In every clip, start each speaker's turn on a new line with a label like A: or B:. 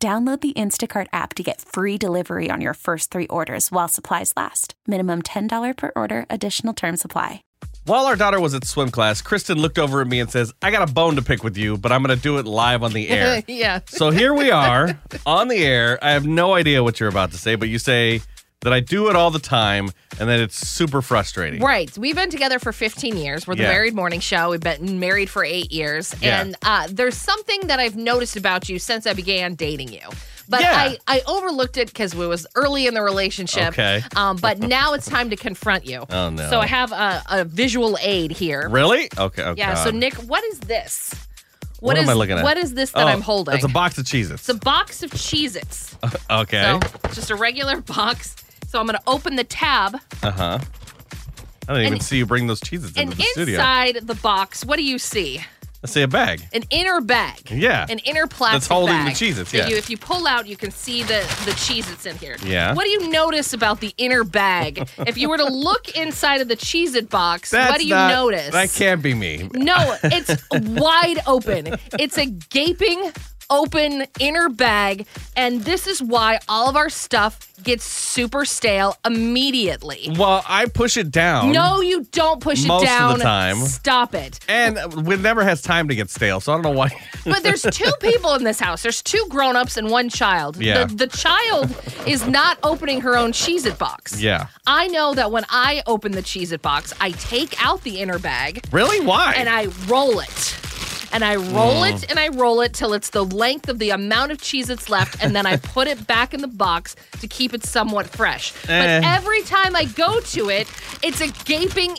A: Download the Instacart app to get free delivery on your first three orders while supplies last. Minimum $10 per order, additional term supply.
B: While our daughter was at swim class, Kristen looked over at me and says, I got a bone to pick with you, but I'm going to do it live on the air.
C: yeah.
B: so here we are on the air. I have no idea what you're about to say, but you say that I do it all the time and that it's super frustrating.
C: Right. We've been together for 15 years. We're the
B: Yeah.
C: Married Morning Show. We've been married for eight years.
B: Yeah.
C: And uh, there's something that I've noticed about you since I began dating you. But
B: Yeah.
C: I, I overlooked it because we was early in the relationship.
B: Okay.
C: Um, but now it's time to confront you.
B: Oh, no.
C: So I have a, a visual aid here.
B: Really? Okay. Oh,
C: Yeah.
B: God.
C: So Nick, what is this?
B: What am
C: is-
B: I looking at?
C: What is this that
B: Oh,
C: I'm holding?
B: It's a box of cheeses.
C: It's a box of Cheez-Its.
B: okay.
C: So just a regular box. So I'm going to open the tab.
B: Uh huh. I didn't even
C: And-
B: see you bring those cheeses into
C: And
B: the studio.
C: inside the box, what do you see?
B: I see a bag.
C: An inner bag.
B: Yeah.
C: An inner plastic
B: That's holding the
C: bag
B: Cheez-Its,
C: that
B: yeah.
C: You, if you pull out, you can see the, the Cheez-Its in here.
B: Yeah.
C: What do you notice about the inner bag? if you were to look inside of the Cheez-It box, what
B: That's
C: do you
B: not-
C: notice?
B: That can't be me.
C: No, it's wide open. It's a gaping, open inner bag. And this is why all of our stuff gets super stale immediately.
B: Well, I push it down.
C: No, you don't push
B: Most
C: it
B: of the
C: down.
B: time.
C: Stop it.
B: And it never has time to get stale, so I don't know why.
C: But there's two people in this house. There's two grown-ups and one child.
B: Yeah.
C: The, the child is not opening her own Cheez-It box.
B: yeah.
C: I know that when I open the Cheez-It box, I take out the inner bag
B: Really? Why?
C: and I roll it. And I roll
B: Mm.
C: it and I roll it till it's the length of the amount of cheese that's left, and then I put it back in the box to keep it somewhat fresh.
B: Eh.
C: But every time I go to it, it's a gaping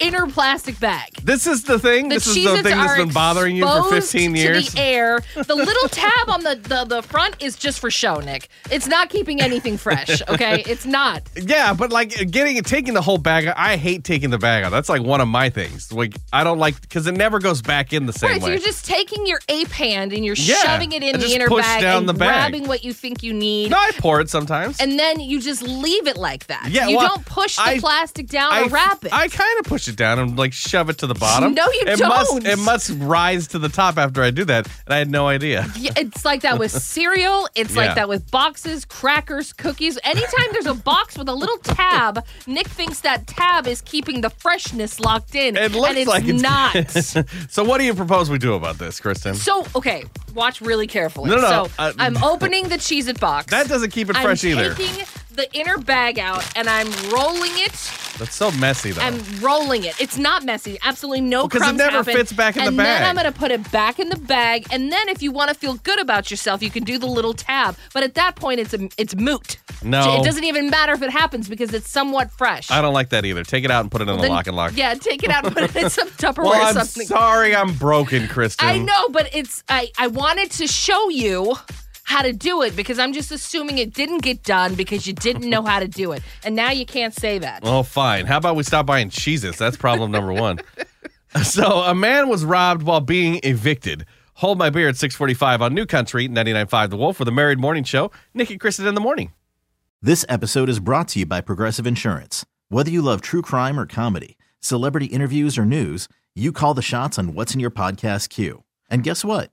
C: inner plastic bag.
B: this is the thing.
C: The
B: this is the
C: Cheez-Its
B: thing that's
C: are
B: been bothering you for
C: exposed
B: 15 years.
C: To the air. The little tab on the, the, the front is just for show, Nick. It's not keeping anything fresh, okay? It's not.
B: Yeah, but like getting taking the whole bag. I hate taking the bag out. That's like one of my things. Like I don't like because it never goes back in the same
C: Right, so
B: way.
C: you're just taking your ape hand and you're
B: Yeah,
C: shoving it in
B: I
C: the
B: just
C: inner
B: push
C: bag
B: down
C: and
B: the bag.
C: grabbing what you think you need.
B: no, I pour it sometimes.
C: and then you just leave it like that.
B: Yeah,
C: you
B: well,
C: don't push the
B: I-
C: plastic down
B: I,
C: or wrap it.
B: I kind of push it down and like shove it to the bottom.
C: No, you
B: it Must,
C: don't.
B: it must rise to the top after I do that, and I had no idea.
C: Yeah, it's like that with cereal. It's
B: Yeah.
C: like that with boxes, crackers, cookies. Anytime there's a box with a little tab, Nick thinks that tab is keeping the freshness locked in.
B: It looks
C: and it's
B: like it's-
C: not.
B: So what do you propose we do about this, Kristen?
C: so, okay, watch really carefully.
B: No, no, no,
C: so,
B: uh,
C: I'm opening the Cheez It box.
B: that doesn't keep it
C: I'm
B: fresh either.
C: taking the inner bag out and I'm rolling it
B: That's so messy though.
C: I'm rolling it. It's not messy. Absolutely no
B: Because it
C: crumbs
B: never
C: happen.
B: fits back in the
C: and
B: bag.
C: then I'm going to put it back in the bag. And then if you want to feel good about yourself, you can do the little tab. But at that point, it's a, it's moot.
B: No.
C: it doesn't even matter if it happens because it's somewhat fresh.
B: I don't like that either. Take it out and put it in the
C: Then-
B: lock and lock.
C: Yeah, take it out and put it in some Tupperware
B: Well,
C: or
B: I'm
C: something.
B: sorry, I'm broken, Kristen.
C: I know, but it's I I wanted to show you how to do it because I'm just assuming it didn't get done because you didn't know how to do it, and now you can't say that.
B: Oh, fine. How about we stop buying cheeses? That's problem number one. so, a man was robbed while being evicted. Hold my beer at 645 on New Country, 99.5 The Wolf for the Married Morning Show. Nick and Kristen in the morning.
D: This episode is brought to you by Progressive Insurance. Whether you love true crime or comedy, celebrity interviews or news, you call the shots on what's in your podcast queue. And guess what?